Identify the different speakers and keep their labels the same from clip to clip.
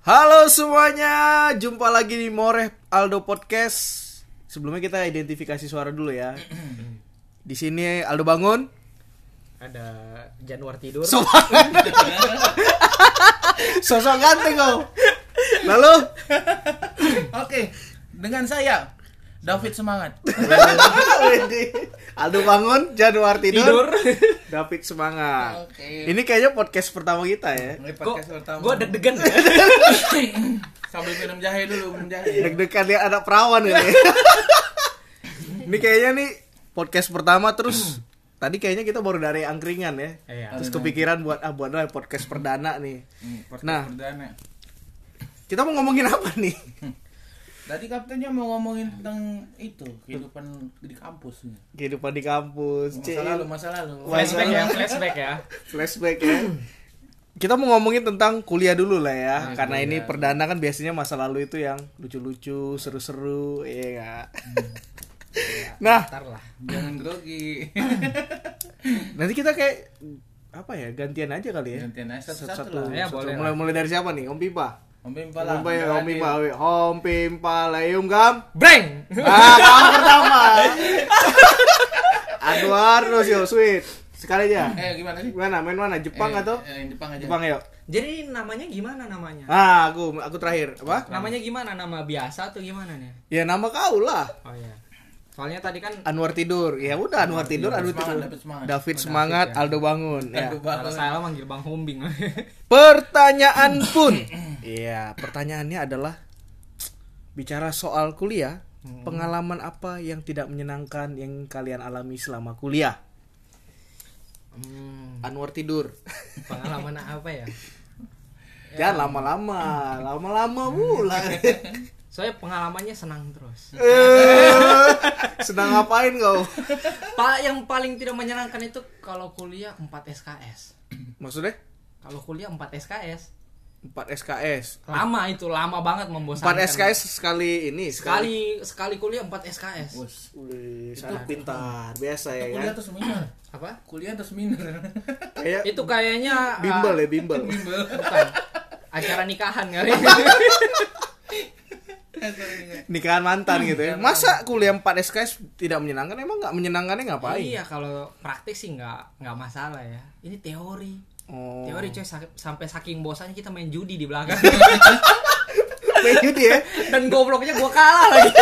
Speaker 1: Halo semuanya, jumpa lagi di Moreh Aldo Podcast. Sebelumnya kita identifikasi suara dulu ya. Di sini Aldo bangun.
Speaker 2: ada Januar tidur
Speaker 1: Sobat. Sosok ganteng kau. Lalu
Speaker 3: Oke, dengan saya David semangat.
Speaker 1: Aldo bangun, Januar tidur. David semangat.
Speaker 3: Oke.
Speaker 1: Ini kayaknya podcast pertama kita ya.
Speaker 3: Ini
Speaker 2: kok
Speaker 3: podcast pertama.
Speaker 2: gue deg-degan ya
Speaker 3: sambil minum jahe dulu, minum jahe.
Speaker 1: Deg-degan ya anak perawan ini. ini kayaknya nih podcast pertama terus tadi kayaknya kita baru dari angkringan ya.
Speaker 2: Iya.
Speaker 1: Terus kepikiran buat ah buat lah podcast perdana nih.
Speaker 3: Hmm, podcast
Speaker 1: Nah.
Speaker 3: perdana.
Speaker 1: Kita mau ngomongin apa nih?
Speaker 3: Tadi kaptennya mau ngomongin tentang itu, kehidupan di kampus.
Speaker 1: Kehidupan di kampus.
Speaker 3: Masa
Speaker 1: Cil.
Speaker 3: lalu, masa lalu.
Speaker 2: flashback ya flashback ya
Speaker 1: flashback ya. Kita mau ngomongin tentang kuliah dulu lah ya, karena ini perdana kan biasanya masa lalu itu yang lucu-lucu, seru-seru, iya nggak? nah,
Speaker 2: ntar lah
Speaker 3: Jangan grogi.
Speaker 1: nanti kita kayak apa ya gantian aja kali ya?
Speaker 3: Iya. Gantian aja, satu-satu lah.
Speaker 2: Ya, boleh
Speaker 1: mulai mulai dari siapa nih? Om Pipa.
Speaker 3: Om Pimpa
Speaker 1: Om
Speaker 3: lah.
Speaker 1: Pipa, ya,
Speaker 3: Om
Speaker 1: Om Pipa, weh. Om Pipa, Leung Gam.
Speaker 2: breng
Speaker 1: Ah, kamu pertama. Anwar Rosio, sweet. Sekali aja.
Speaker 3: Eh, gimana sih?
Speaker 1: Gimana? Main mana? Jepang
Speaker 3: Eh,
Speaker 1: atau?
Speaker 3: eh, Jepang aja.
Speaker 1: Jepang yuk.
Speaker 2: jadi namanya gimana namanya
Speaker 1: Ah, aku aku terakhir. Apa?
Speaker 2: namanya gimana nama biasa atau gimana nih
Speaker 1: Ya nama kau lah.
Speaker 2: oh ya soalnya tadi kan
Speaker 1: Anwar tidur. Ya udah Anwar tidur, Anwar
Speaker 3: semangat,
Speaker 1: tidur.
Speaker 3: David semangat.
Speaker 1: David semangat, Aldo bangun. Ya.
Speaker 3: Aduh,
Speaker 2: kalau
Speaker 3: bangun.
Speaker 2: saya manggil bang Hombing
Speaker 1: Pertanyaan pun. Iya, pertanyaannya adalah bicara soal kuliah, pengalaman apa yang tidak menyenangkan yang kalian alami selama kuliah?
Speaker 2: hmm,
Speaker 1: Anwar tidur.
Speaker 2: pengalaman apa ya
Speaker 1: Jangan lama-lama, lama-lama pula.
Speaker 2: soalnya pengalamannya senang terus
Speaker 1: Eh, Sedang ngapain kau?
Speaker 2: pak yang paling tidak menyenangkan itu kalau kuliah 4 SKS
Speaker 1: Maksudnya?
Speaker 2: kalau kuliah 4 SKS
Speaker 1: 4 SKS.
Speaker 2: lama itu lama banget membosankan
Speaker 1: 4 SKS sekali ini
Speaker 2: kan? sekali sekali kuliah 4 SKS
Speaker 3: Bos.
Speaker 1: Wih, anak pintar, biasa ya
Speaker 3: Kuliah
Speaker 1: kan?
Speaker 3: terus seminar.
Speaker 2: apa
Speaker 3: Kuliah terus seminar.
Speaker 1: Kayak
Speaker 2: itu kayaknya uh,
Speaker 1: bimbel ya, bimbel.
Speaker 3: Bimbel.
Speaker 2: bukan acara nikahan kan? kali
Speaker 1: Nikahan
Speaker 2: Hmm.
Speaker 1: mantan gitu ya. Masa kuliah 4 SKS tidak menyenangkan? Emang nggak menyenangkannya ngapain?
Speaker 2: iya kalau praktik sih nggak nggak masalah ya ini teori
Speaker 1: Oh.
Speaker 2: teori coy sa- sampai saking bosannya kita main judi di belakang
Speaker 1: Kayak gitu ya.
Speaker 2: dan gobloknya gua kalah lagi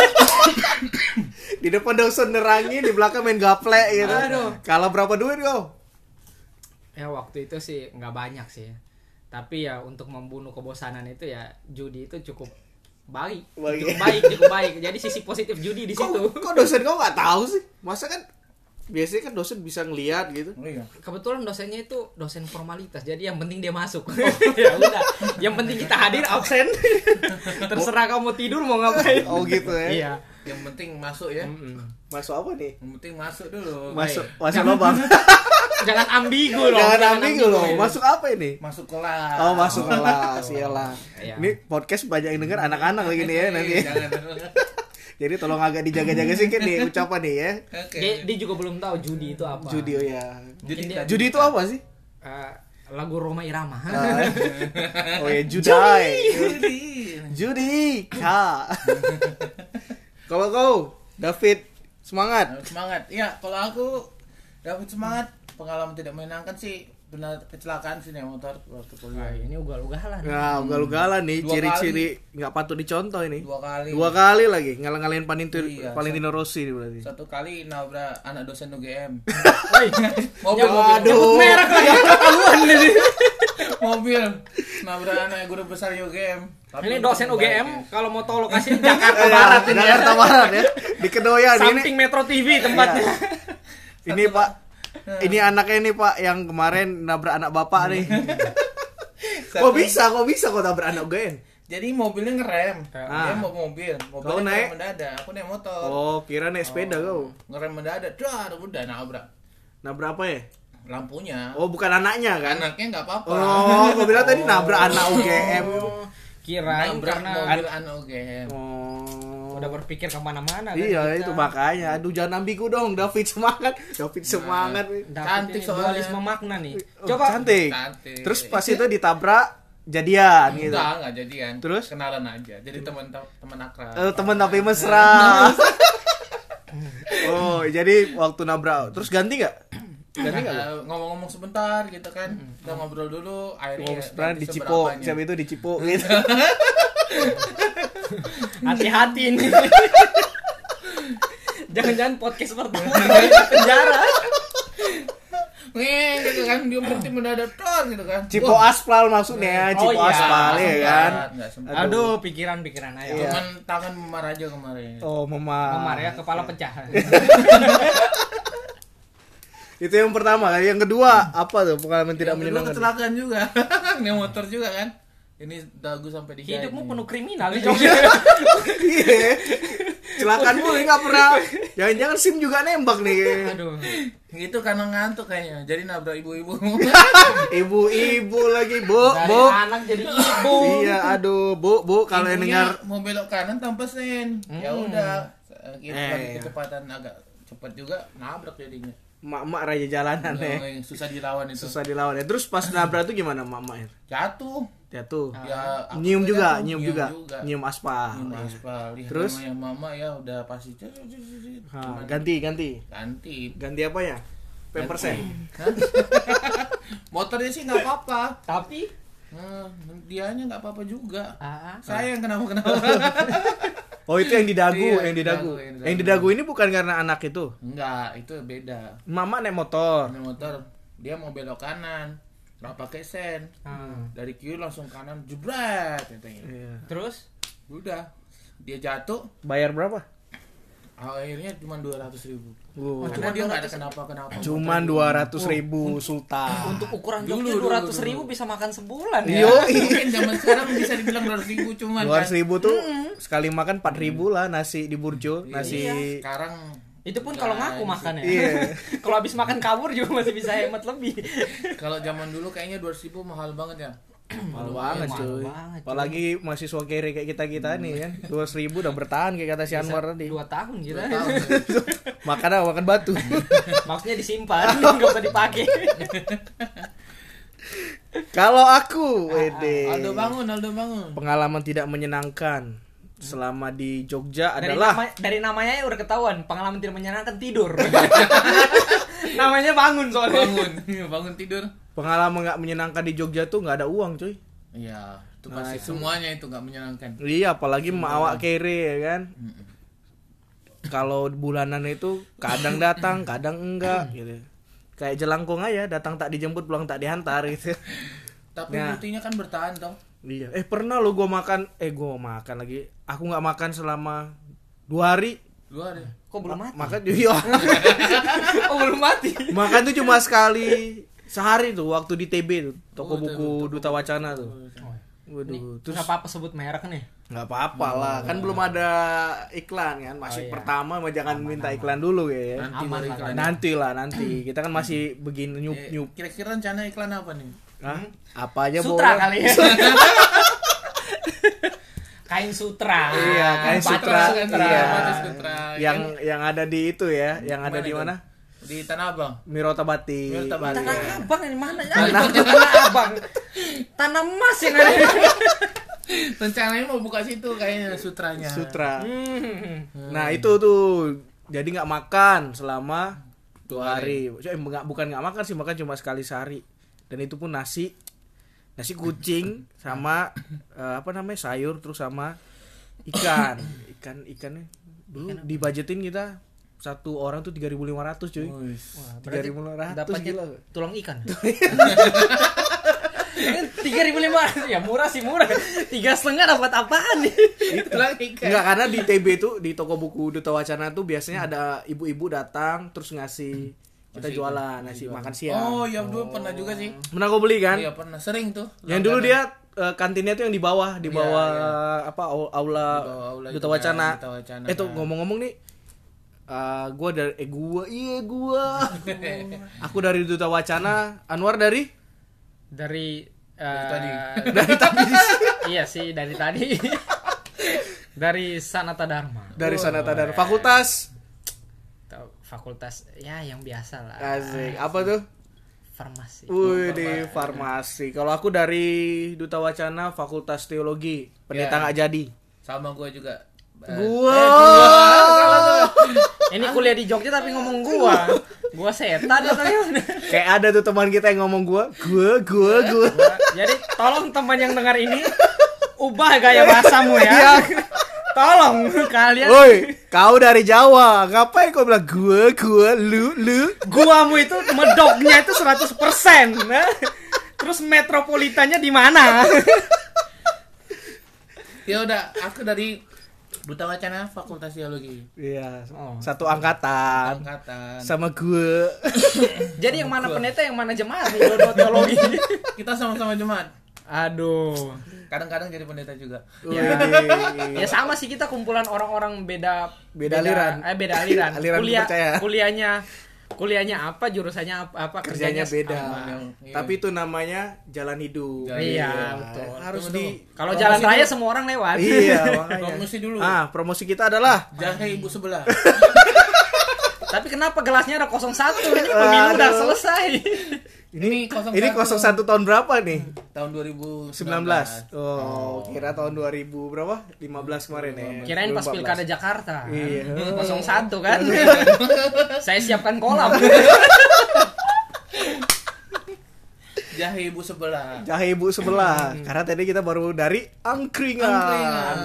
Speaker 1: Di depan dosen nerangin, di belakang main gaplek gitu.
Speaker 2: Aduh.
Speaker 1: Kalah berapa duit kau?
Speaker 2: ya waktu itu sih nggak banyak sih tapi ya untuk membunuh kebosanan itu ya judi itu cukup baik
Speaker 1: Baik.
Speaker 2: cukup baik cukup baik jadi sisi positif judi di
Speaker 1: Kok,
Speaker 2: situ
Speaker 1: kok dosen kau nggak tahu sih? Masa kan biasanya kan dosen bisa ngeliat gitu.
Speaker 3: Oh iya.
Speaker 2: kebetulan dosennya itu dosen formalitas jadi yang penting dia masuk ya udah yang penting kita hadir absen terserah kamu tidur mau ngapain
Speaker 1: Oh gitu ya.
Speaker 2: iya
Speaker 3: Yang penting masuk ya.
Speaker 1: Masuk apa nih?
Speaker 3: Yang penting masuk dulu.
Speaker 1: Hmm. Masuk
Speaker 2: Baik.
Speaker 1: masuk lubang.
Speaker 2: jangan ambigu loh
Speaker 1: Jangan ambigu loh. Masuk apa ini?
Speaker 3: Masuk kelas.
Speaker 1: Oh masuk kelas, iyalah.
Speaker 2: Ah. Iya.
Speaker 1: Ini podcast banyak yang denger anak-anak lagi nih ya nanti.
Speaker 3: Iya, Jangan.
Speaker 1: Jadi tolong agak dijaga-jaga sedikit nih ucapan nih ya.
Speaker 3: Oke.
Speaker 2: dia, dia juga belum tahu judi itu apa
Speaker 1: Judi oh ya.
Speaker 3: Jadi
Speaker 2: Mungkin dia-
Speaker 1: Judi itu apa sih?
Speaker 2: Eh, lagu Roma Irama
Speaker 1: Ah. oh ya judai. Judi ka. Kalau kau David semangat.
Speaker 3: semangat iya kalau aku dapat semangat pengalaman tidak menyenangkan sih benar kecelakaan sih naik motor waktu
Speaker 2: Nah,
Speaker 3: kuliah
Speaker 2: ini ugal-ugalan
Speaker 1: Nah, ugal-ugalan nih
Speaker 3: Dua
Speaker 1: ciri-ciri nggak patut dicontoh ini.
Speaker 3: dua kali
Speaker 1: Dua kali lagi ngalang-ngalain Panintu
Speaker 3: Iya,
Speaker 1: Valentino Rossi nih berarti. Eh,
Speaker 3: satu kali nabrak anak dosen UGM
Speaker 2: Nyebut-
Speaker 3: mobil
Speaker 2: nyebut
Speaker 1: Waduh.
Speaker 2: merek lagi ketahuan ini
Speaker 3: mobil nabrak anak guru besar UGM
Speaker 2: ini dosen
Speaker 3: untung baik,
Speaker 2: UGM
Speaker 3: ya.
Speaker 2: kalau mau tahu lokasinya Jakarta
Speaker 1: Eh,
Speaker 2: Barat ini ya.
Speaker 1: Jakarta Barat ya. Di Kedoya nih. ini. Iya.
Speaker 2: samping Metro TV tempatnya
Speaker 1: Ini Pak, ini anaknya ini Pak yang kemarin nabrak anak bapak nih.
Speaker 3: Satu-
Speaker 1: Kok bisa? Kok bisa kok nabrak anak gue?
Speaker 3: jadi mobilnya ngerem
Speaker 1: Ah.
Speaker 3: dia mau mobil mobil
Speaker 1: Kau naik?
Speaker 3: mendadak aku naik motor
Speaker 1: Oh, kira naik sepeda kau.
Speaker 3: ngerem mendadak dar udah nabrak
Speaker 1: Nabrak apa ya?
Speaker 3: lampunya
Speaker 1: Oh, bukan anaknya kan?
Speaker 3: anaknya nggak apa-apa
Speaker 1: Oh, gue bilang tadi nabrak anak UGM.
Speaker 2: Oh. kirain
Speaker 3: nabrak
Speaker 2: karena
Speaker 3: mobil anu, anak UGM
Speaker 1: Oh.
Speaker 2: udah berpikir kemana-mana kan
Speaker 1: Iya,
Speaker 2: kita.
Speaker 1: itu makanya. Aduh, jangan ambigu dong. David semangat. David semangat.
Speaker 2: David
Speaker 3: Cantik
Speaker 2: ini
Speaker 3: soalnya.
Speaker 2: dualisme makna nih
Speaker 1: Oh,
Speaker 2: Nah. coba
Speaker 1: cantik.
Speaker 3: Cantik.
Speaker 1: Terus pas itu ditabrak jadian gitu.
Speaker 3: Enggak, enggak jadian.
Speaker 1: Terus?
Speaker 3: kenalan aja. Jadi teman teman akrab.
Speaker 1: Eh, temen tapi mesra. oh, jadi waktu nabrak terus ganti nggak? Ganti nggak?
Speaker 3: Eh, ngomong-ngomong sebentar gitu kan. Kita ngobrol dulu
Speaker 1: Ngomong
Speaker 3: akhirnya
Speaker 1: Oh,
Speaker 3: nanti
Speaker 1: sebenarnya dicipo,
Speaker 3: Iya, seberapanya.
Speaker 1: siapa itu dicipo gitu.
Speaker 2: Hati-hati ini. Jangan-jangan podcast pertama di penjara.
Speaker 3: Wih, gitu kan dia berhenti mendadak tor gitu kan.
Speaker 1: Cipo
Speaker 3: Wah,
Speaker 1: aspal maksudnya,
Speaker 2: Oh,
Speaker 1: cipo
Speaker 2: iya.
Speaker 1: aspal ya
Speaker 3: sempat,
Speaker 1: kan.
Speaker 3: nggak sempat.
Speaker 2: Aduh, pikiran-pikiran aja.
Speaker 1: Iya.
Speaker 3: Cuman tangan memar aja kemarin.
Speaker 1: Oh, mama.
Speaker 2: Omar ya kepala pecah.
Speaker 1: Itu yang pertama. Yang kedua, apa tuh pengalaman tidak
Speaker 3: Yang kedua
Speaker 1: menyenangkan?
Speaker 3: kecelakaan juga. Ini motor juga kan. Ini dagu sampai di
Speaker 2: Hidupmu
Speaker 3: ini.
Speaker 2: penuh kriminal ya, Jong.
Speaker 1: Iya. Celakaan mulu ya, nggak pernah. Jangan-jangan SIM juga nembak nih.
Speaker 2: Aduh.
Speaker 3: Itu karena ngantuk kayaknya. Jadi nabrak ibu-ibu.
Speaker 1: Ibu-ibu lagi, Bu,
Speaker 2: Dari
Speaker 1: Bu.
Speaker 2: anak jadi ibu.
Speaker 1: Iya, aduh, Bu, Bu kalau yang
Speaker 3: Ibunya
Speaker 1: dengar Hmm.
Speaker 3: mau belok kanan tanpa sen. Ya udah. Kita
Speaker 1: Eh,
Speaker 3: lagi
Speaker 1: iya.
Speaker 3: kecepatan agak cepat juga nabrak jadinya.
Speaker 1: mak-mak raja jalanan ya.
Speaker 3: Eh, Susah dilawan itu.
Speaker 1: Susah dilawan ya. Terus pas nabrak tuh gimana mak-mak?
Speaker 3: Jatuh.
Speaker 1: Jatuh.
Speaker 3: Ya,
Speaker 1: Ah.
Speaker 3: aku
Speaker 1: Nyium
Speaker 3: tuh
Speaker 1: juga,
Speaker 3: jatuh,
Speaker 1: nyium juga. Nyium aspal. Nah,
Speaker 3: Nyium aspal. Lihat
Speaker 1: Terus?
Speaker 3: namanya mama ya udah pasti. cet, cet, cet, cet.
Speaker 1: Ha,
Speaker 3: Cuman
Speaker 1: ganti, ganti.
Speaker 3: ganti.
Speaker 1: Ganti apa ya? Pampersen.
Speaker 3: Motornya sih nggak apa-apa.
Speaker 2: Tapi
Speaker 3: Nah, dianya nggak apa-apa juga.
Speaker 2: ah,
Speaker 3: Saya yang kenapa kenapa.
Speaker 1: Oh, itu yang di dagu,
Speaker 3: Iya,
Speaker 1: yang di dagu.
Speaker 3: yang di dagu.
Speaker 1: Yang di dagu ini bukan karena anak itu.
Speaker 3: Enggak, itu beda.
Speaker 1: Mama naik motor.
Speaker 3: Ambil motor, dia mau belok kanan, nggak pakai sen.
Speaker 2: Ah.
Speaker 3: Dari kiri langsung kanan, jebret, gitu.
Speaker 1: Iya.
Speaker 2: terus
Speaker 3: Udah, dia jatuh,
Speaker 1: Bayar berapa?
Speaker 3: akhirnya cuma dua ratus ribu.
Speaker 2: Oh,
Speaker 1: Wow.
Speaker 3: Karena dia nggak ada kenapa kenapa.
Speaker 1: Cuman 200 ribu Sultan.
Speaker 2: untuk ukuran
Speaker 3: Dulu,
Speaker 2: Jogja
Speaker 3: dulu,
Speaker 2: dua ratus
Speaker 3: dulu. Iya.
Speaker 2: ribu bisa makan sebulan ya.
Speaker 1: Yo,
Speaker 3: mungkin zaman sekarang bisa dibilang dua ratus ribu cuman.
Speaker 1: dua
Speaker 3: kan.
Speaker 1: ribu tuh sekali makan 4 ribu lah nasi di burjo
Speaker 2: Iya,
Speaker 1: nasi
Speaker 3: Sekarang
Speaker 2: Itu pun kalau ngaku
Speaker 3: Nah,
Speaker 2: makan ya.
Speaker 1: Iya.
Speaker 2: kalau habis makan kabur juga masih bisa hemat lebih.
Speaker 3: Kalau zaman dulu kayaknya dua ribu mahal banget ya.
Speaker 1: mahal banget
Speaker 2: Iya,
Speaker 1: cuy
Speaker 2: mahal banget, cuy. Iya.
Speaker 1: apalagi mahasiswa kere kayak kita kita nih kan dua ribu udah bertahan kayak kata si Anwar tadi
Speaker 2: Dua tahun gitu.
Speaker 1: makan apa makan batu
Speaker 2: Maksudnya disimpan, nggak usah dipakai.
Speaker 1: kalau
Speaker 2: Ah,
Speaker 1: aku wede
Speaker 3: Aldo bangun, Aldo bangun.
Speaker 1: pengalaman tidak menyenangkan selama di Jogja
Speaker 2: Dari,
Speaker 1: adalah
Speaker 2: nama- dari namanya ya udah ketahuan, pengalaman tidak menyenangkan tidur. namanya bangun soalnya.
Speaker 3: Bangun, bangun tidur.
Speaker 1: pengalaman nggak menyenangkan di Jogja tuh nggak ada uang cuy
Speaker 3: Iya, itu
Speaker 1: Nah,
Speaker 3: pasti
Speaker 1: itu.
Speaker 3: semuanya itu nggak menyenangkan.
Speaker 1: iya apalagi emak awak kere ya kan kalau bulanan itu kadang datang kadang enggak gitu kayak jelangkung aja datang tak dijemput pulang tak dihantar gitu
Speaker 3: Tapi
Speaker 1: Nah.
Speaker 3: buktinya kan bertahan dong.
Speaker 1: Iya. Eh pernah lo gua makan, eh gua makan lagi. Aku nggak makan selama dua hari.
Speaker 3: Dua deh.
Speaker 2: Kok belum mati?
Speaker 1: Makan iya.
Speaker 2: Oh belum mati.
Speaker 1: makan tuh cuma sekali sehari tuh waktu di TB tuh toko
Speaker 3: Oh,
Speaker 1: buku Duta Wacana tuh.
Speaker 2: Nih,
Speaker 1: Waduh,
Speaker 2: terus
Speaker 1: terus
Speaker 2: apa apa sebut merek nih?
Speaker 1: nggak apa-apa lah, kan belum ada iklan kan, masih
Speaker 2: iya.
Speaker 1: pertama mah jangan minta iklan dulu ya.
Speaker 3: Nanti
Speaker 2: Aman
Speaker 3: baru
Speaker 2: lah,
Speaker 3: iklan.
Speaker 1: Nanti lah nanti, kita kan masih begin nyup
Speaker 3: Eh,
Speaker 1: nyup.
Speaker 3: Kira-kira rencana iklan apa nih?
Speaker 1: Hah? Apa aja
Speaker 2: sutra
Speaker 1: boleh.
Speaker 2: kali ya. kain Ah, sutra.
Speaker 1: Iya, kain
Speaker 2: Patung
Speaker 1: sutra.
Speaker 3: sutra,
Speaker 1: Iya.
Speaker 3: batu sutra, ya
Speaker 1: Yang yang ada di itu ya, yang ada di
Speaker 3: itu?
Speaker 1: mana?
Speaker 3: Di Tanah Abang.
Speaker 1: Mirota Batik.
Speaker 3: Mirota Batik.
Speaker 2: Tanah abang yang mana?
Speaker 1: Nah,
Speaker 2: Tanah, kan tanah abang. Tanah emas yang ada.
Speaker 3: Rencananya mau buka situ kayaknya sutranya.
Speaker 1: Sutra.
Speaker 2: Hmm.
Speaker 1: Nah itu tuh jadi nggak makan selama dua hari. Eh, nggak- bukan nggak makan sih makan cuma sekali sehari. Dan itu pun nasi nasi kucing sama eh, apa namanya sayur terus sama ikan ikan ikannya dulu dibajetin kita satu orang tuh 3.500 cuy.
Speaker 3: Wih.
Speaker 1: 3.500
Speaker 2: Dapatnya
Speaker 1: gila.
Speaker 2: ya tulang ikan. Tiga ribu ya murah sih murah. Tiga setengah dapat apaan nih?
Speaker 3: Itulah ikan.
Speaker 1: Enggak karena di TB tuh di toko buku Duta Wacana tuh biasanya
Speaker 3: Hmm.
Speaker 1: ada ibu-ibu datang terus ngasih kita jualan nasi makan siang.
Speaker 3: Oh, yang dulu pernah juga sih.
Speaker 1: Pernah gue beli kan?
Speaker 3: Iya, pernah sering tuh.
Speaker 1: Yang dulu dia eh, kantinnya tuh yang di bawah, di bawah apa au- aula,
Speaker 3: Iya, Di bawah aula
Speaker 1: Duta
Speaker 3: itu kan,
Speaker 1: Wacana.
Speaker 3: Duta Wacana
Speaker 1: Eh tuh
Speaker 3: kan.
Speaker 1: ngomong-ngomong nih eh gua dari eh gua, iya gua. Aku dari Duta Wacana, Anwar dari
Speaker 2: Dari eh,
Speaker 3: tadi.
Speaker 1: dari tadi
Speaker 2: iya sih dari tadi. dari Sanata Dharma.
Speaker 1: dari Sanata dan Fakultas.
Speaker 2: Atau fakultas ya yang biasa lah.
Speaker 1: Asik. Apa tuh?
Speaker 2: farmasi.
Speaker 1: Wih, di farmasi. Kalau aku dari Duta Wacana Fakultas Teologi, pendeta
Speaker 3: Ya.
Speaker 1: nggak jadi.
Speaker 3: Sama gue juga. Eh,
Speaker 1: Gua.
Speaker 2: Ini kuliah di Jogja tapi ngomong gua. Gua setan ya, atau gimana?
Speaker 1: Kayak ada tuh teman kita yang ngomong gua, gua, gua,
Speaker 3: Ya.
Speaker 1: gua.
Speaker 2: Jadi tolong teman yang dengar ini ubah gaya bahasamu ya.
Speaker 1: Iya.
Speaker 2: tolong
Speaker 3: Ya.
Speaker 2: kalian
Speaker 1: Woi, kau dari Jawa, ngapain kau bilang gua, gua, lu, lu?
Speaker 2: guamu itu medoknya itu 100%. Nah, Terus metropolitannya di mana?
Speaker 3: Ya udah, aku dari Duta Wacana Fakultas Teologi.
Speaker 1: Iya, satu angkatan
Speaker 3: Oh. Angkatan.
Speaker 1: sama gua.
Speaker 2: Jadi yang mana pendeta yang mana jemaat nih dua teologi.
Speaker 3: Kita sama-sama jemaat.
Speaker 2: Aduh.
Speaker 3: Kadang-kadang jadi pendeta juga.
Speaker 2: Ya.
Speaker 1: Wih.
Speaker 2: Ya sama sih kita kumpulan orang-orang beda
Speaker 1: Beda aliran.
Speaker 2: Eh beda aliran.
Speaker 1: Aliran
Speaker 2: Kuliah
Speaker 1: percaya.
Speaker 2: kuliahnya kuliahnya apa, jurusannya apa, apa,
Speaker 1: Kerjanya beda.
Speaker 2: sama.
Speaker 3: Iya.
Speaker 1: Tapi itu namanya jalan hidup.
Speaker 3: Jalan
Speaker 2: Iya,
Speaker 1: Iya,
Speaker 2: betul.
Speaker 1: Harus
Speaker 3: Tunggu,
Speaker 1: di
Speaker 3: tunggu.
Speaker 2: Kalau
Speaker 3: Promosi
Speaker 2: jalan raya
Speaker 3: dulu.
Speaker 2: semua orang lewat.
Speaker 1: Iya, makanya.
Speaker 3: Promosi dulu.
Speaker 1: Ah, promosi kita adalah
Speaker 3: Jahe ibu sebelah.
Speaker 2: Tapi kenapa gelasnya ada 01? Ini pemilu udah
Speaker 1: Aduh.
Speaker 2: selesai.
Speaker 1: ini
Speaker 3: Ini 01.
Speaker 1: ini 01 tahun berapa nih?
Speaker 3: Tahun 2019.
Speaker 1: 19. Oh, kira tahun 2000 berapa? 15 kemarin ya.
Speaker 2: Kirain pas
Speaker 1: 2014.
Speaker 2: pilkada Jakarta.
Speaker 1: Iya.
Speaker 2: 01 kan. Saya siapkan kolam.
Speaker 3: Jahe ibu sebelah.
Speaker 1: Jahe ibu sebelah. Karena tadi kita baru dari Angkringan.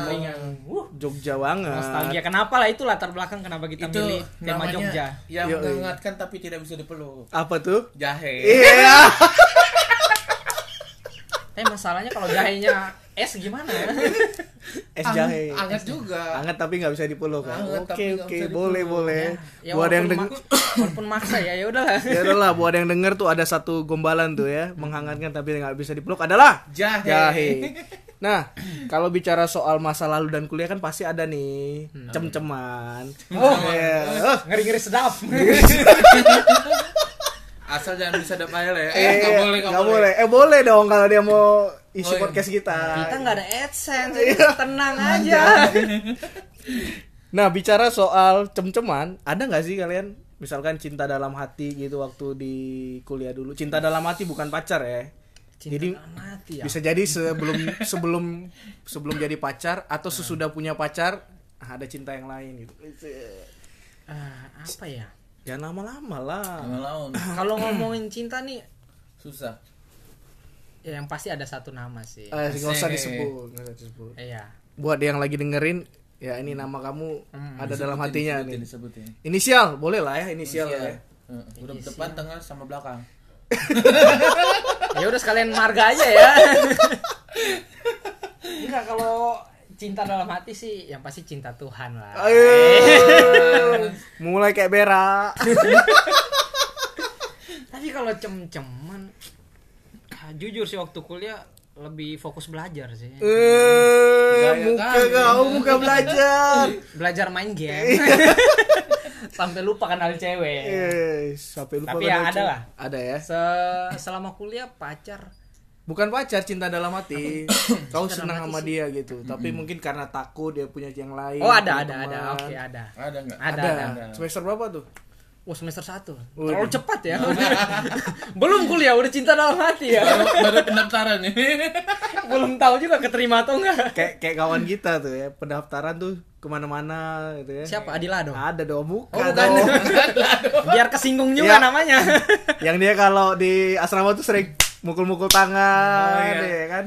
Speaker 3: Angkringan.
Speaker 2: Wuh,
Speaker 1: Jogja banget.
Speaker 2: Nostalgia kenapa lah itu latar belakang kenapa kita
Speaker 3: Itu
Speaker 2: milih tema
Speaker 3: namanya
Speaker 2: Jogja.
Speaker 3: yang
Speaker 1: Yoi.
Speaker 3: menghangatkan tapi tidak bisa dipeluk.
Speaker 1: Apa tuh?
Speaker 3: Jahe.
Speaker 1: Iya.
Speaker 2: Tapi masalahnya kalau jahenya es gimana ya?
Speaker 1: Es jahe.
Speaker 3: Ang- Anget juga.
Speaker 1: Anget tapi nggak bisa dipeluk kan.
Speaker 3: Anget tapi
Speaker 1: Oke
Speaker 3: nggak
Speaker 1: oke,
Speaker 3: bisa dipeluk,
Speaker 1: boleh boleh.
Speaker 2: ya
Speaker 1: buat yang
Speaker 2: walaupun
Speaker 1: denger
Speaker 2: mak- walaupun maksa ya ya udahlah.
Speaker 1: ya adalah buat yang denger tuh ada satu gombalan tuh ya, menghangatkan tapi nggak bisa dipeluk adalah
Speaker 3: Jahe.
Speaker 1: jahe. Nah, kalau bicara soal masa lalu dan kuliah kan pasti ada nih
Speaker 3: Hmm.
Speaker 1: cem-ceman. Oh, iya. Oh,
Speaker 2: Ngeri-ngeri sedap.
Speaker 3: Asal jangan bisa ada pahel ya. Eh,
Speaker 1: eh,
Speaker 3: nggak boleh, nggak boleh.
Speaker 1: Eh boleh dong kalau dia mau isi
Speaker 3: Oh, iya.
Speaker 1: podcast kita.
Speaker 2: Kita nggak ada AdSense,
Speaker 1: Iya.
Speaker 2: jadi tenang aja.
Speaker 1: Nah, bicara soal cem-ceman, ada nggak sih kalian misalkan cinta dalam hati gitu waktu di kuliah dulu? Cinta dalam hati bukan pacar ya. Jadi
Speaker 2: Cinta mati ya.
Speaker 1: bisa jadi sebelum sebelum sebelum jadi pacar atau sesudah punya pacar ah, ada cinta yang lain gitu.
Speaker 2: Ah, apa ya?
Speaker 1: Jangan lama-lama lah.
Speaker 3: Ngelawan.
Speaker 2: Kalau ngomongin cinta nih,
Speaker 3: Susah.
Speaker 2: ya yang pasti ada satu nama Ya, sih.
Speaker 1: Eh, nggak usah
Speaker 3: Asik.
Speaker 1: disebut, nggak usah disebut.
Speaker 2: Iya.
Speaker 1: Buat yang lagi dengerin, ya ini nama kamu
Speaker 2: Hmm,
Speaker 1: ada dalam hatinya
Speaker 3: Disebutin,
Speaker 1: nih.
Speaker 3: disebutin. Iya.
Speaker 1: Inisial boleh lah ya inisial lah ya.
Speaker 3: Heeh, Udah
Speaker 2: Iya,
Speaker 3: depan, tengah, sama belakang.
Speaker 2: Ya udah sekalian marga aja ya. Enggak kalau cinta dalam hati sih yang pasti cinta Tuhan lah.
Speaker 1: Oh, iya, Ayo. Mulai kayak berak.
Speaker 2: Tapi kalau cem-ceman ah, jujur sih waktu kuliah lebih fokus belajar
Speaker 1: Eh,
Speaker 2: sih.
Speaker 3: Gaya
Speaker 1: muka
Speaker 3: kali.
Speaker 1: kau muka belajar.
Speaker 2: Belajar main game. Sampai lupa kenal cewek.
Speaker 1: Eh. Eh, sampai lupa
Speaker 2: Iya. Tapi
Speaker 1: kan
Speaker 2: ya
Speaker 1: aku.
Speaker 2: ada lah.
Speaker 1: Ada ya.
Speaker 2: Se- selama kuliah pacar
Speaker 1: Bukan pacar cinta dalam hati. kau
Speaker 2: Cinta dalam
Speaker 1: senang
Speaker 2: hati
Speaker 1: sama
Speaker 2: sih.
Speaker 1: dia gitu. Tapi mungkin karena takut dia punya yang lain.
Speaker 2: Oh
Speaker 1: punya
Speaker 2: ada ada
Speaker 1: Eh, teman.
Speaker 2: ada. Oke, ada.
Speaker 3: Ada nggak?
Speaker 2: Ada.
Speaker 1: Ada.
Speaker 3: ada.
Speaker 1: Semester berapa tuh?
Speaker 2: Wah, semester 1.
Speaker 1: Waduh.
Speaker 2: Terlalu cepat ya. Belum kuliah udah cinta dalam hati ya.
Speaker 3: Baru, baru pendaftaran nih.
Speaker 2: Belum tahu juga keterima atau enggak.
Speaker 1: Kayak kayak kawan kita tuh ya. Pendaftaran tuh kemana-mana gitu ya.
Speaker 2: Siapa Adila dong?
Speaker 1: Ada dong bukan.
Speaker 2: Oh, bukan.
Speaker 1: dong.
Speaker 2: Biar kesinggung juga
Speaker 1: Ya.
Speaker 2: namanya.
Speaker 1: yang dia kalau di asrama tuh sering mukul-mukul tangan
Speaker 3: Oh,
Speaker 1: ya
Speaker 3: iya.
Speaker 1: kan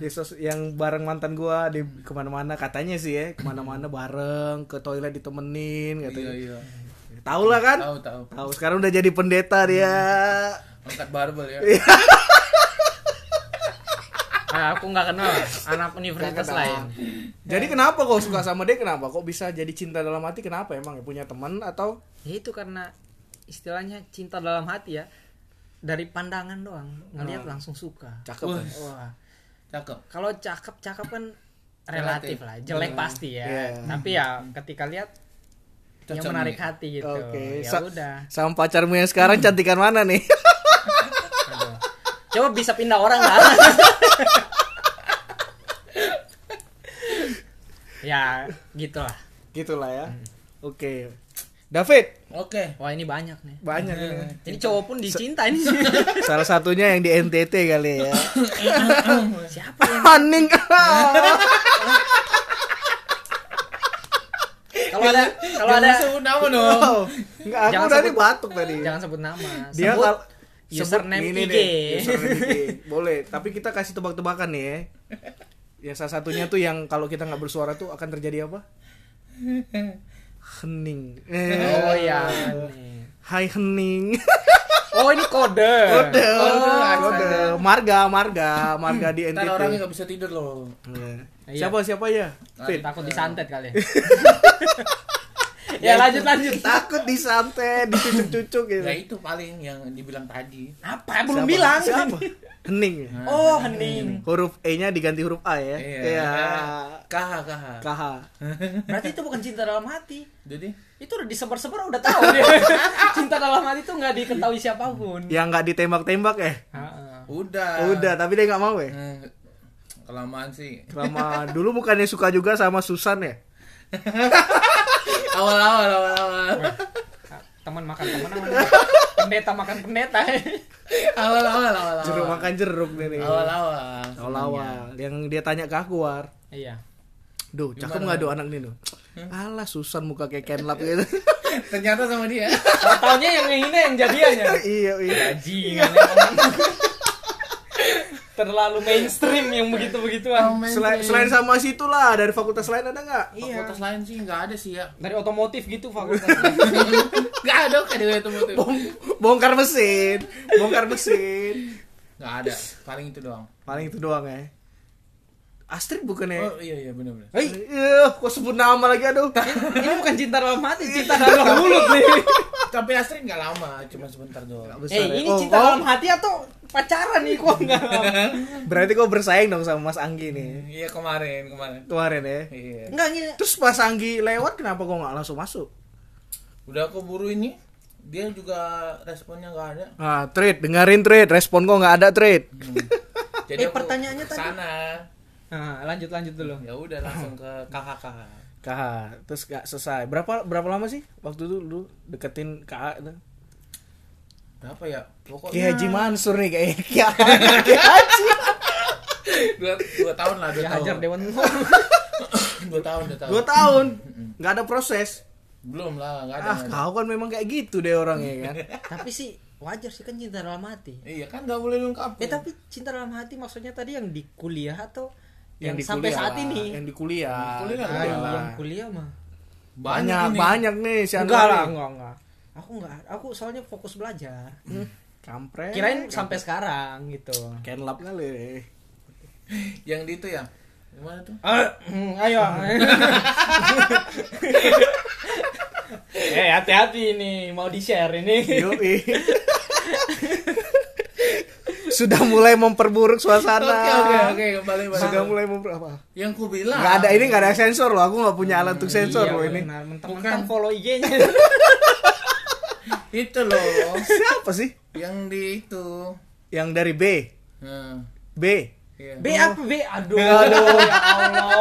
Speaker 1: Di sos- yang bareng mantan gua di kemana-mana katanya sih ya kemana-mana bareng ke toilet ditemenin
Speaker 3: Iya,
Speaker 1: katanya
Speaker 3: iya.
Speaker 1: tahu lah kan
Speaker 3: Tahu, tahu.
Speaker 1: tahu sekarang udah jadi pendeta dia
Speaker 2: Iya.
Speaker 3: Angkat barbel ya.
Speaker 1: Iya.
Speaker 2: Ah, aku nggak kenal anak universitas lain.
Speaker 1: jadi kenapa kok suka sama dia kenapa kok bisa jadi cinta dalam hati kenapa emang ya punya teman atau
Speaker 2: Ya itu karena istilahnya cinta dalam hati ya. Dari pandangan doang, ngelihat langsung suka.
Speaker 1: cakep
Speaker 3: Wah.
Speaker 1: kan?
Speaker 2: Wah.
Speaker 3: Cakep.
Speaker 2: Kalau cakep cakep kan relatif
Speaker 3: Relatif.
Speaker 2: lah, jelek pasti ya.
Speaker 1: Iya.
Speaker 2: Tapi ya ketika lihat yang
Speaker 3: Cocok
Speaker 2: menarik
Speaker 3: nih.
Speaker 2: hati gitu.
Speaker 1: Oke,
Speaker 2: Ya
Speaker 1: sa-
Speaker 2: udah.
Speaker 1: sama pacarmu yang sekarang cantikan mana nih
Speaker 2: Aduh. Coba bisa pindah orang lah. ya, gitulah. Ya, Hmm.
Speaker 1: gitulah ya oke David
Speaker 3: Oke.
Speaker 2: Wah ini banyak nih.
Speaker 1: banyak ini.
Speaker 2: Ini cowok pun dicinta ini.
Speaker 1: salah satunya yang di NTT kali ya
Speaker 2: Siapa? ya?
Speaker 1: paning
Speaker 2: Kalau ada kalau
Speaker 3: Jangan
Speaker 2: ada
Speaker 3: sebut nama dong.
Speaker 1: nggak aku
Speaker 2: Jangan
Speaker 1: tadi
Speaker 2: sebut-
Speaker 1: batuk tadi
Speaker 2: jangan sebut nama.
Speaker 1: dia
Speaker 2: sebut
Speaker 1: kal-
Speaker 2: username
Speaker 1: sebut- ini
Speaker 2: IG.
Speaker 1: deh, username IG. boleh tapi kita kasih tebak-tebakan nih ya ya salah satunya tuh yang kalau kita nggak bersuara tuh akan terjadi apa hening eh,
Speaker 2: Oh iya.
Speaker 1: hai hening
Speaker 2: Oh ini kode.
Speaker 1: kode kode
Speaker 3: ada.
Speaker 1: marga marga marga di
Speaker 3: Ntar
Speaker 1: NTT
Speaker 3: orangnya nggak bisa tidur loh.
Speaker 1: Iya. siapa siapa ya Fit.
Speaker 2: Takut disantet kali. ya lanjut lanjut.
Speaker 1: takut disantet dicucuk-cucuk gitu
Speaker 3: Ya itu paling yang dibilang tadi.
Speaker 2: Apa belum
Speaker 1: Siapa?
Speaker 2: bilang?
Speaker 1: siapa hening ya?
Speaker 2: Oh hening.
Speaker 1: huruf E nya diganti huruf A ya
Speaker 3: Iya. Eh.
Speaker 1: Iya.
Speaker 3: KH KH.
Speaker 1: KH
Speaker 2: Berarti itu bukan cinta dalam hati.
Speaker 3: Jadi
Speaker 2: Itu udah disebar-sebar udah tahu dia. Iya. cinta dalam hati itu nggak diketahui siapapun.
Speaker 1: yang nggak ditembak-tembak ya
Speaker 2: Heeh.
Speaker 3: udah.
Speaker 1: udah tapi dia nggak mau ya
Speaker 3: Eh, Kelamaan sih.
Speaker 1: sama dulu bukannya suka juga sama Susan ya
Speaker 3: Awal-awal awal-awal.
Speaker 2: Teman makan teman aman. pendeta makan pendeta.
Speaker 3: Awal-awal awal-awal.
Speaker 1: jeruk makan jeruk nih nih
Speaker 3: Awal-awal.
Speaker 1: awal yang dia tanya ke aku war
Speaker 2: iya.
Speaker 1: duh cakep nggak do anak ini duh alah Susan muka kayak Kenlap gitu
Speaker 3: Ternyata sama dia.
Speaker 2: Taunya yang ngehina yang ya? jadiannya.
Speaker 1: iya iya
Speaker 2: Bajingan emang. Terlalu mainstream yang begitu-begituan.
Speaker 1: selain, selain sama situ lah dari fakultas lain ada nggak
Speaker 3: Fakultas lain Iya, sih nggak ada sih ya.
Speaker 2: Dari otomotif gitu fakultas.
Speaker 3: Nggak ada kan di itu itu.
Speaker 1: Bong- bongkar mesin bongkar mesin
Speaker 3: Nggak ada. Paling itu doang.
Speaker 1: paling itu doang ya Astrid bukannya
Speaker 3: Oh iya iya benar-benar.
Speaker 2: Hei,
Speaker 1: Iya, kok sebut nama lagi aduh.
Speaker 2: ini bukan cinta dalam hati, cinta dalam mulut nih.
Speaker 3: Tapi Astrid nggak lama, cuma sebentar doang.
Speaker 1: Besar ya.
Speaker 2: Eh, ini
Speaker 1: Oh,
Speaker 2: cinta
Speaker 1: oh,
Speaker 2: dalam hati atau pacaran nih kok enggak?
Speaker 1: Berarti kau bersaing dong sama Mas Anggi nih
Speaker 3: Iya kemarin kemarin.
Speaker 1: kemarin ya.
Speaker 3: Iya.
Speaker 2: Enggak ini.
Speaker 1: Terus Mas Anggi lewat kenapa kau nggak langsung masuk?
Speaker 3: Udah aku buru ini. Dia juga responnya nggak ada.
Speaker 1: Ah, trade, dengerin trade, respon kok nggak ada trade.
Speaker 3: Jadi
Speaker 2: Eh, pertanyaannya tadi-
Speaker 3: Sana.
Speaker 2: Nah, lanjut lanjut dulu.
Speaker 3: Ya udah langsung ke kakak kakak.
Speaker 1: Kak, terus nggak selesai. Berapa berapa lama sih waktu itu lu deketin Kak? itu?
Speaker 3: Berapa ya? Pokoknya
Speaker 1: Kayak Haji Mansur nih kayaknya. Kayak
Speaker 3: dua, dua tahun lah, dua
Speaker 2: Ya
Speaker 3: tahun.
Speaker 2: hajar dewan.
Speaker 3: Dua tahun, dua tahun.
Speaker 1: dua tahun nggak ada proses.
Speaker 3: Belum lah, nggak ada.
Speaker 1: Ah,
Speaker 3: nggak ada.
Speaker 1: kau kan memang kayak gitu deh orangnya kan.
Speaker 2: Tapi sih wajar sih kan cinta dalam hati.
Speaker 3: Iya kan nggak boleh lengkap.
Speaker 2: Eh tapi cinta dalam hati maksudnya tadi yang di kuliah atau yang,
Speaker 1: di
Speaker 2: sampai
Speaker 1: kuliah
Speaker 2: saat
Speaker 1: lah,
Speaker 2: ini?
Speaker 1: Yang di kuliah.
Speaker 2: Ah,
Speaker 3: Kuliah lah.
Speaker 2: yang kuliah mah.
Speaker 1: Banyak banyak, nih
Speaker 3: ini.
Speaker 1: si
Speaker 2: enggak
Speaker 1: Anwar
Speaker 2: lah,
Speaker 1: nih.
Speaker 2: enggak enggak. Aku enggak, aku soalnya fokus belajar.
Speaker 1: Kampret.
Speaker 2: Kirain sampai sekarang gitu.
Speaker 1: Kenlap kali.
Speaker 3: Yang di itu ya. Gimana tuh?
Speaker 2: Ah, hmm, ayo. eh hati-hati ini mau di share ini.
Speaker 1: Yoi. Sudah mulai memperburuk suasana.
Speaker 3: Oke oke oke kembali
Speaker 1: Sudah
Speaker 3: kembali.
Speaker 1: mulai memper apa?
Speaker 3: Yang ku bilang.
Speaker 1: Gak ada ini gak ada sensor loh. Aku gak punya alat untuk sensor
Speaker 2: Iya,
Speaker 1: loh ini.
Speaker 2: benar.
Speaker 3: Bukan.
Speaker 2: Mentang-mentang follow IG-nya.
Speaker 3: Itu loh.
Speaker 1: Siapa sih?
Speaker 3: Yang di itu.
Speaker 1: Yang dari B.
Speaker 3: Nah,
Speaker 1: B.
Speaker 3: iya.
Speaker 2: B apa B? Aduh.
Speaker 1: Aduh.
Speaker 2: Ya Allah.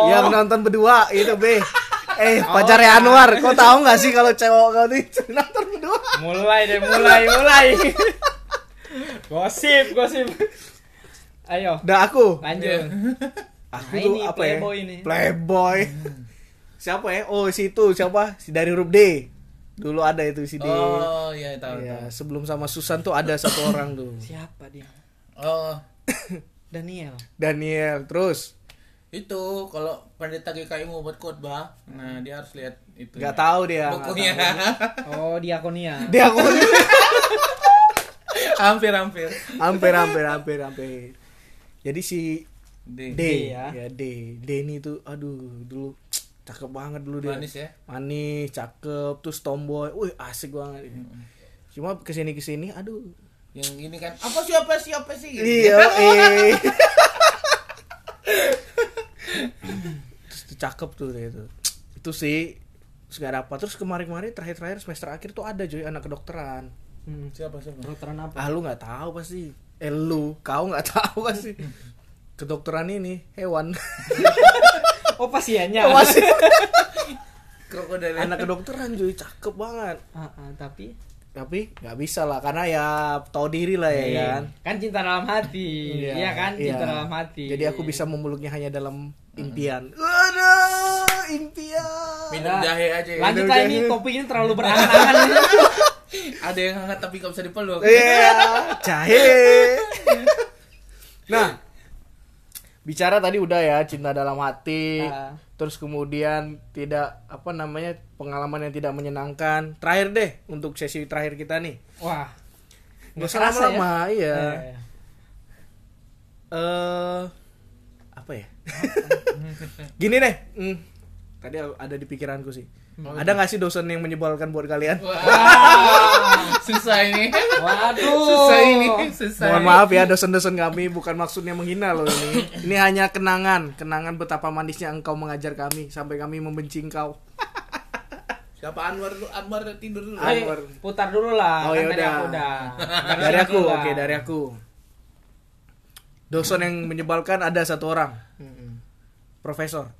Speaker 1: Yang nonton berdua itu B. Eh,
Speaker 2: Oh, iya.
Speaker 1: pacarnya Anwar, kau tahu gak sih kalau cewek kau nih nonton berdua?
Speaker 2: Mulai deh, mulai, mulai. gosip, gosip. Ayo,
Speaker 1: Udah aku.
Speaker 2: lanjut.
Speaker 1: Aku
Speaker 2: Nah,
Speaker 1: tuh
Speaker 2: ini
Speaker 1: apa
Speaker 2: playboy
Speaker 1: ya?
Speaker 2: ini. Hmm.
Speaker 1: Playboy. siapa ya? Oh, si itu siapa? Si dari huruf D. Dulu ada itu si D.
Speaker 3: Oh iya tahu tahu.
Speaker 1: Iya, sebelum sama Susan tuh ada satu orang tuh.
Speaker 2: Siapa dia?
Speaker 3: Oh
Speaker 2: Daniel.
Speaker 1: Daniel terus
Speaker 3: itu kalau pendeta GKI mau buat khotbah, nah dia harus lihat itu.
Speaker 1: Iya.
Speaker 3: ya.
Speaker 1: nggak tahu dia.
Speaker 3: Bukunya.
Speaker 2: Oh, Diakonia.
Speaker 1: Dia aku
Speaker 3: hampir hampir.
Speaker 1: hampir hampir hampir hampir. Jadi si
Speaker 3: Di.
Speaker 1: D,
Speaker 2: ya.
Speaker 1: ya. D. Denny tuh aduh dulu cakep banget dulu dia.
Speaker 3: Manis ya.
Speaker 1: Manis, cakep, terus tomboy. Wih, asik banget. Cuma kesini kesini aduh.
Speaker 3: Yang ini kan apa siapa siapa sih? Gitu.
Speaker 1: Iya, eh. terus tuh cakep tuh dia itu. Itu sih terus nggak dapat terus kemarin-kemarin terakhir-terakhir semester akhir tuh ada Joy anak kedokteran
Speaker 2: Hmm.
Speaker 3: Siapa siapa?
Speaker 2: Kedokteran apa?
Speaker 1: ah lu nggak tahu pasti eh lu kau nggak tahu pasti kedokteran ini hewan
Speaker 2: Oh, pasiennya.
Speaker 1: masih
Speaker 3: krokodil
Speaker 1: anak kedokteran cuy cakep banget
Speaker 2: Ah, ah, tapi
Speaker 1: tapi nggak bisa lah karena ya tahu diri lah ya kan
Speaker 2: kan cinta dalam hati iya, kan
Speaker 1: iya.
Speaker 2: cinta dalam hati
Speaker 1: jadi aku bisa memeluknya hanya dalam impian waduh Hmm. impian
Speaker 3: minum jahe aja ya.
Speaker 2: lanjut lah ini topik ini terlalu berangan-angan
Speaker 3: ada yang hangat tapi gak bisa dipeluk
Speaker 1: Iya, jahe. Nah, bicara tadi udah ya cinta dalam hati.
Speaker 2: Ah.
Speaker 1: Terus kemudian tidak apa namanya pengalaman yang tidak menyenangkan. Terakhir deh untuk sesi terakhir kita nih.
Speaker 2: wah
Speaker 1: Gak usah
Speaker 2: kerasa
Speaker 1: lama-lama, iya.
Speaker 2: ya. Iya, iya.
Speaker 1: Eh apa ya? Gini deh. mm, Tadi ada di pikiranku sih. ada nggak sih dosen yang menyebalkan buat kalian?
Speaker 3: Wah, susah ini
Speaker 2: waduh
Speaker 3: susah ini
Speaker 1: Oh.
Speaker 3: susah
Speaker 1: Mohon
Speaker 3: ini.
Speaker 1: maaf ya dosen-dosen kami bukan maksudnya menghina loh ini. Ini hanya kenangan, kenangan betapa manisnya engkau mengajar kami sampai kami membenci engkau.
Speaker 3: siapa Anwar dulu Anwar tidur dulu
Speaker 2: Eh,
Speaker 1: Anwar.
Speaker 2: putar dulu lah
Speaker 1: Oh,
Speaker 2: kan
Speaker 1: ya
Speaker 2: tadi
Speaker 1: udah.
Speaker 2: aku udah Kan
Speaker 1: Dari aku,
Speaker 2: udah.
Speaker 1: oke dari aku. Dosen yang menyebalkan ada satu orang, profesor.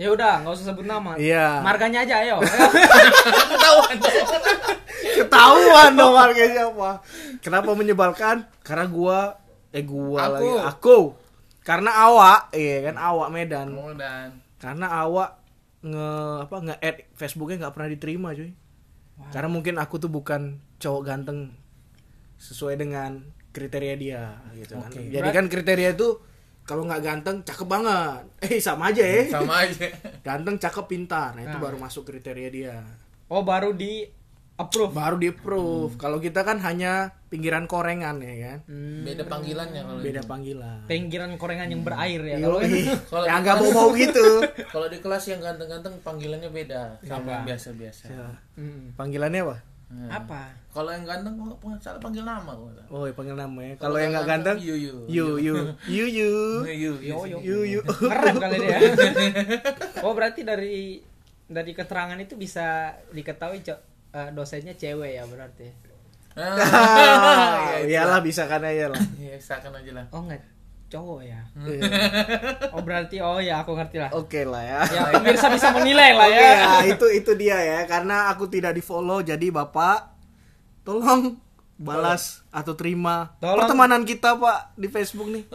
Speaker 2: ya udah nggak usah sebut nama
Speaker 1: Iya.
Speaker 2: marganya aja ayo
Speaker 3: ketahuan dong.
Speaker 1: Ketahuan dong harganya siapa. Kenapa menyebalkan? Karena gua eh gua
Speaker 3: Aku.
Speaker 1: lagi aku. Karena awak, iya kan awak Medan.
Speaker 3: Ngomong dan
Speaker 1: karena awak nge apa nge add Facebooknya nggak pernah diterima cuy karena mungkin aku tuh bukan cowok ganteng sesuai dengan kriteria dia gitu kan
Speaker 2: Oke.
Speaker 1: jadi kan kriteria itu kalau nggak ganteng cakep banget eh sama aja ya
Speaker 3: sama aja
Speaker 1: ganteng cakep pintar nah, itu
Speaker 2: Nah.
Speaker 1: baru masuk kriteria dia
Speaker 2: oh baru di approve
Speaker 1: baru di approve kalau kita kan hanya pinggiran korengan ya kan
Speaker 3: beda panggilannya kalau
Speaker 1: beda panggilan
Speaker 2: pinggiran korengan yang berair ya kalau
Speaker 1: Yoi.
Speaker 3: Kalau
Speaker 1: ya
Speaker 3: di-
Speaker 1: nggak mau mau gitu
Speaker 3: kalau di kelas yang ganteng-ganteng panggilannya beda sama yang biasa-biasa
Speaker 1: Ya.
Speaker 2: Hmm.
Speaker 1: panggilannya apa
Speaker 3: Hmm.
Speaker 2: apa
Speaker 3: kalau yang ganteng kok peng- salah panggil nama kok
Speaker 1: oh ya panggil nama ya kalau yang nggak ganteng
Speaker 3: Yu Yu
Speaker 1: Yu Yu Yu Yu
Speaker 3: Yu Yu
Speaker 2: yo yo
Speaker 1: Yu Yu
Speaker 2: Ngerem kali dia. oh berarti dari dari keterangan itu bisa diketahui co- eh, dosennya cewek ya berarti.
Speaker 1: Ah, iyalah bisa kan aja lah.
Speaker 3: ya seakan aja lah
Speaker 2: Oh enggak cowok ya.
Speaker 1: Iya.
Speaker 2: Oh berarti oh ya aku ngerti lah.
Speaker 1: Oke lah ya.
Speaker 2: Ya pemirsa bisa menilai lah
Speaker 1: Oke
Speaker 2: ya.
Speaker 1: ya, itu itu dia ya karena aku tidak di follow jadi bapak tolong balas atau terima
Speaker 2: Tolong.
Speaker 1: pertemanan kita pak di Facebook nih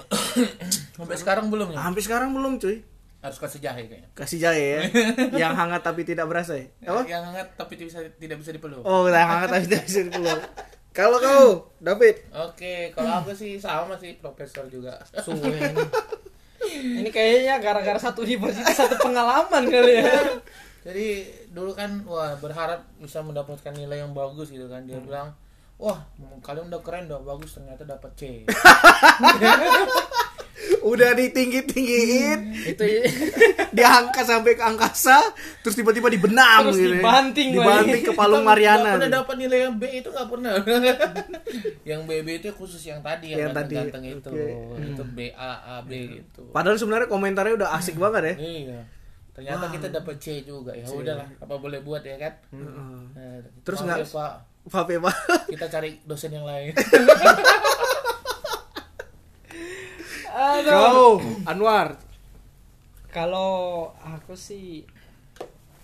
Speaker 3: sampai sekarang belum ya
Speaker 1: sampai sekarang belum cuy
Speaker 3: harus kasih jahe kayaknya
Speaker 1: kasih jahe ya yang hangat tapi tidak berasa ya
Speaker 2: Iya,
Speaker 1: apa
Speaker 3: yang hangat tapi tidak bisa tidak bisa dipeluk
Speaker 1: oh yang hangat tapi tidak bisa dipeluk kalau kau David
Speaker 3: Oke, kalau aku sih sama sih profesor juga.
Speaker 2: Suwe ini. Ini kayaknya gara-gara satu universitas satu pengalaman kali ya.
Speaker 3: Jadi dulu kan wah berharap bisa mendapatkan nilai yang bagus gitu
Speaker 2: Hmm.
Speaker 3: kan. Dia bilang, "Wah, kalian udah keren, udah bagus, ternyata dapat C."
Speaker 1: udah ditinggi tinggiin
Speaker 2: Itu
Speaker 1: diangkat sampai ke angkasa terus tiba-tiba dibenam
Speaker 2: Terus
Speaker 1: gitu ya.
Speaker 2: dibanting lagi.
Speaker 1: dibanting ke palung
Speaker 3: Kita
Speaker 1: Mariana gitu.
Speaker 3: nggak pernah
Speaker 1: tuh.
Speaker 3: dapat nilai yang B itu nggak pernah. yang BB itu khusus yang tadi Hmm. yang,
Speaker 1: Yang tadi,
Speaker 3: ganteng-ganteng itu.
Speaker 1: oke.
Speaker 3: Itu B A A B gitu.
Speaker 1: padahal sebenarnya komentarnya udah asik banget ya
Speaker 3: Iya. Ternyata kita dapat C juga. Ya udahlah, apa boleh buat ya kan. Nah,
Speaker 1: Terus
Speaker 3: maaf
Speaker 1: nggak-
Speaker 3: ya, Pak.
Speaker 1: Pak Pepa
Speaker 3: Kita cari dosen yang lain.
Speaker 2: aduh.
Speaker 1: kau Anwar
Speaker 2: Kalau aku sih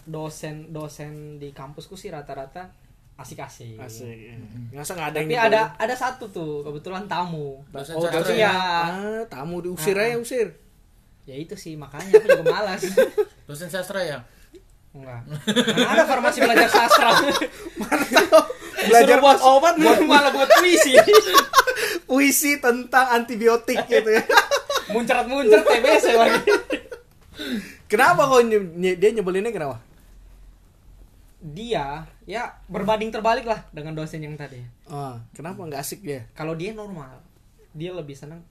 Speaker 2: dosen dosen di kampusku sih rata-rata asik-asik.
Speaker 1: asik nggak nggak ada yang
Speaker 2: Tapi
Speaker 1: gitu.
Speaker 2: ada ada satu tuh kebetulan tamu.
Speaker 3: Dosen
Speaker 1: oh
Speaker 3: sastra
Speaker 1: tapi
Speaker 2: ya.
Speaker 1: ya ah, tamu diusir aja usir
Speaker 2: Ya itu sih makanya aku juga malas.
Speaker 3: Dosen sastra ya?
Speaker 2: Enggak. Mana ada farmasi belajar sastra.
Speaker 1: belajar
Speaker 2: Belajar buat obat buat malah buat puisi.
Speaker 1: puisi tentang antibiotik gitu ya
Speaker 2: Muncrat-muncrat TBC lagi.
Speaker 1: kenapa kok nye- nye- dia nyebelinnya kenapa
Speaker 2: Dia ya berbanding terbalik lah dengan dosen yang tadi.
Speaker 1: ah, kenapa nggak asik dia
Speaker 2: Kalau dia normal, dia lebih senang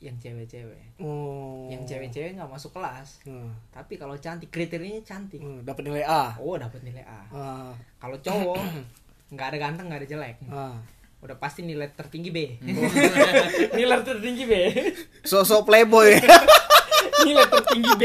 Speaker 2: yang cewek-cewek.
Speaker 1: oh
Speaker 2: Yang cewek-cewek nggak masuk kelas.
Speaker 1: Hmm.
Speaker 2: Tapi kalau cantik kriterianya cantik.
Speaker 1: Hmm, dapat nilai A
Speaker 2: Oh dapat nilai A.
Speaker 1: ah,
Speaker 2: Kalau cowok nggak ada ganteng nggak ada jelek.
Speaker 1: ah.
Speaker 2: Udah pasti nilai tertinggi B. nilai tertinggi B.
Speaker 1: sosok playboy
Speaker 2: nilai tertinggi B.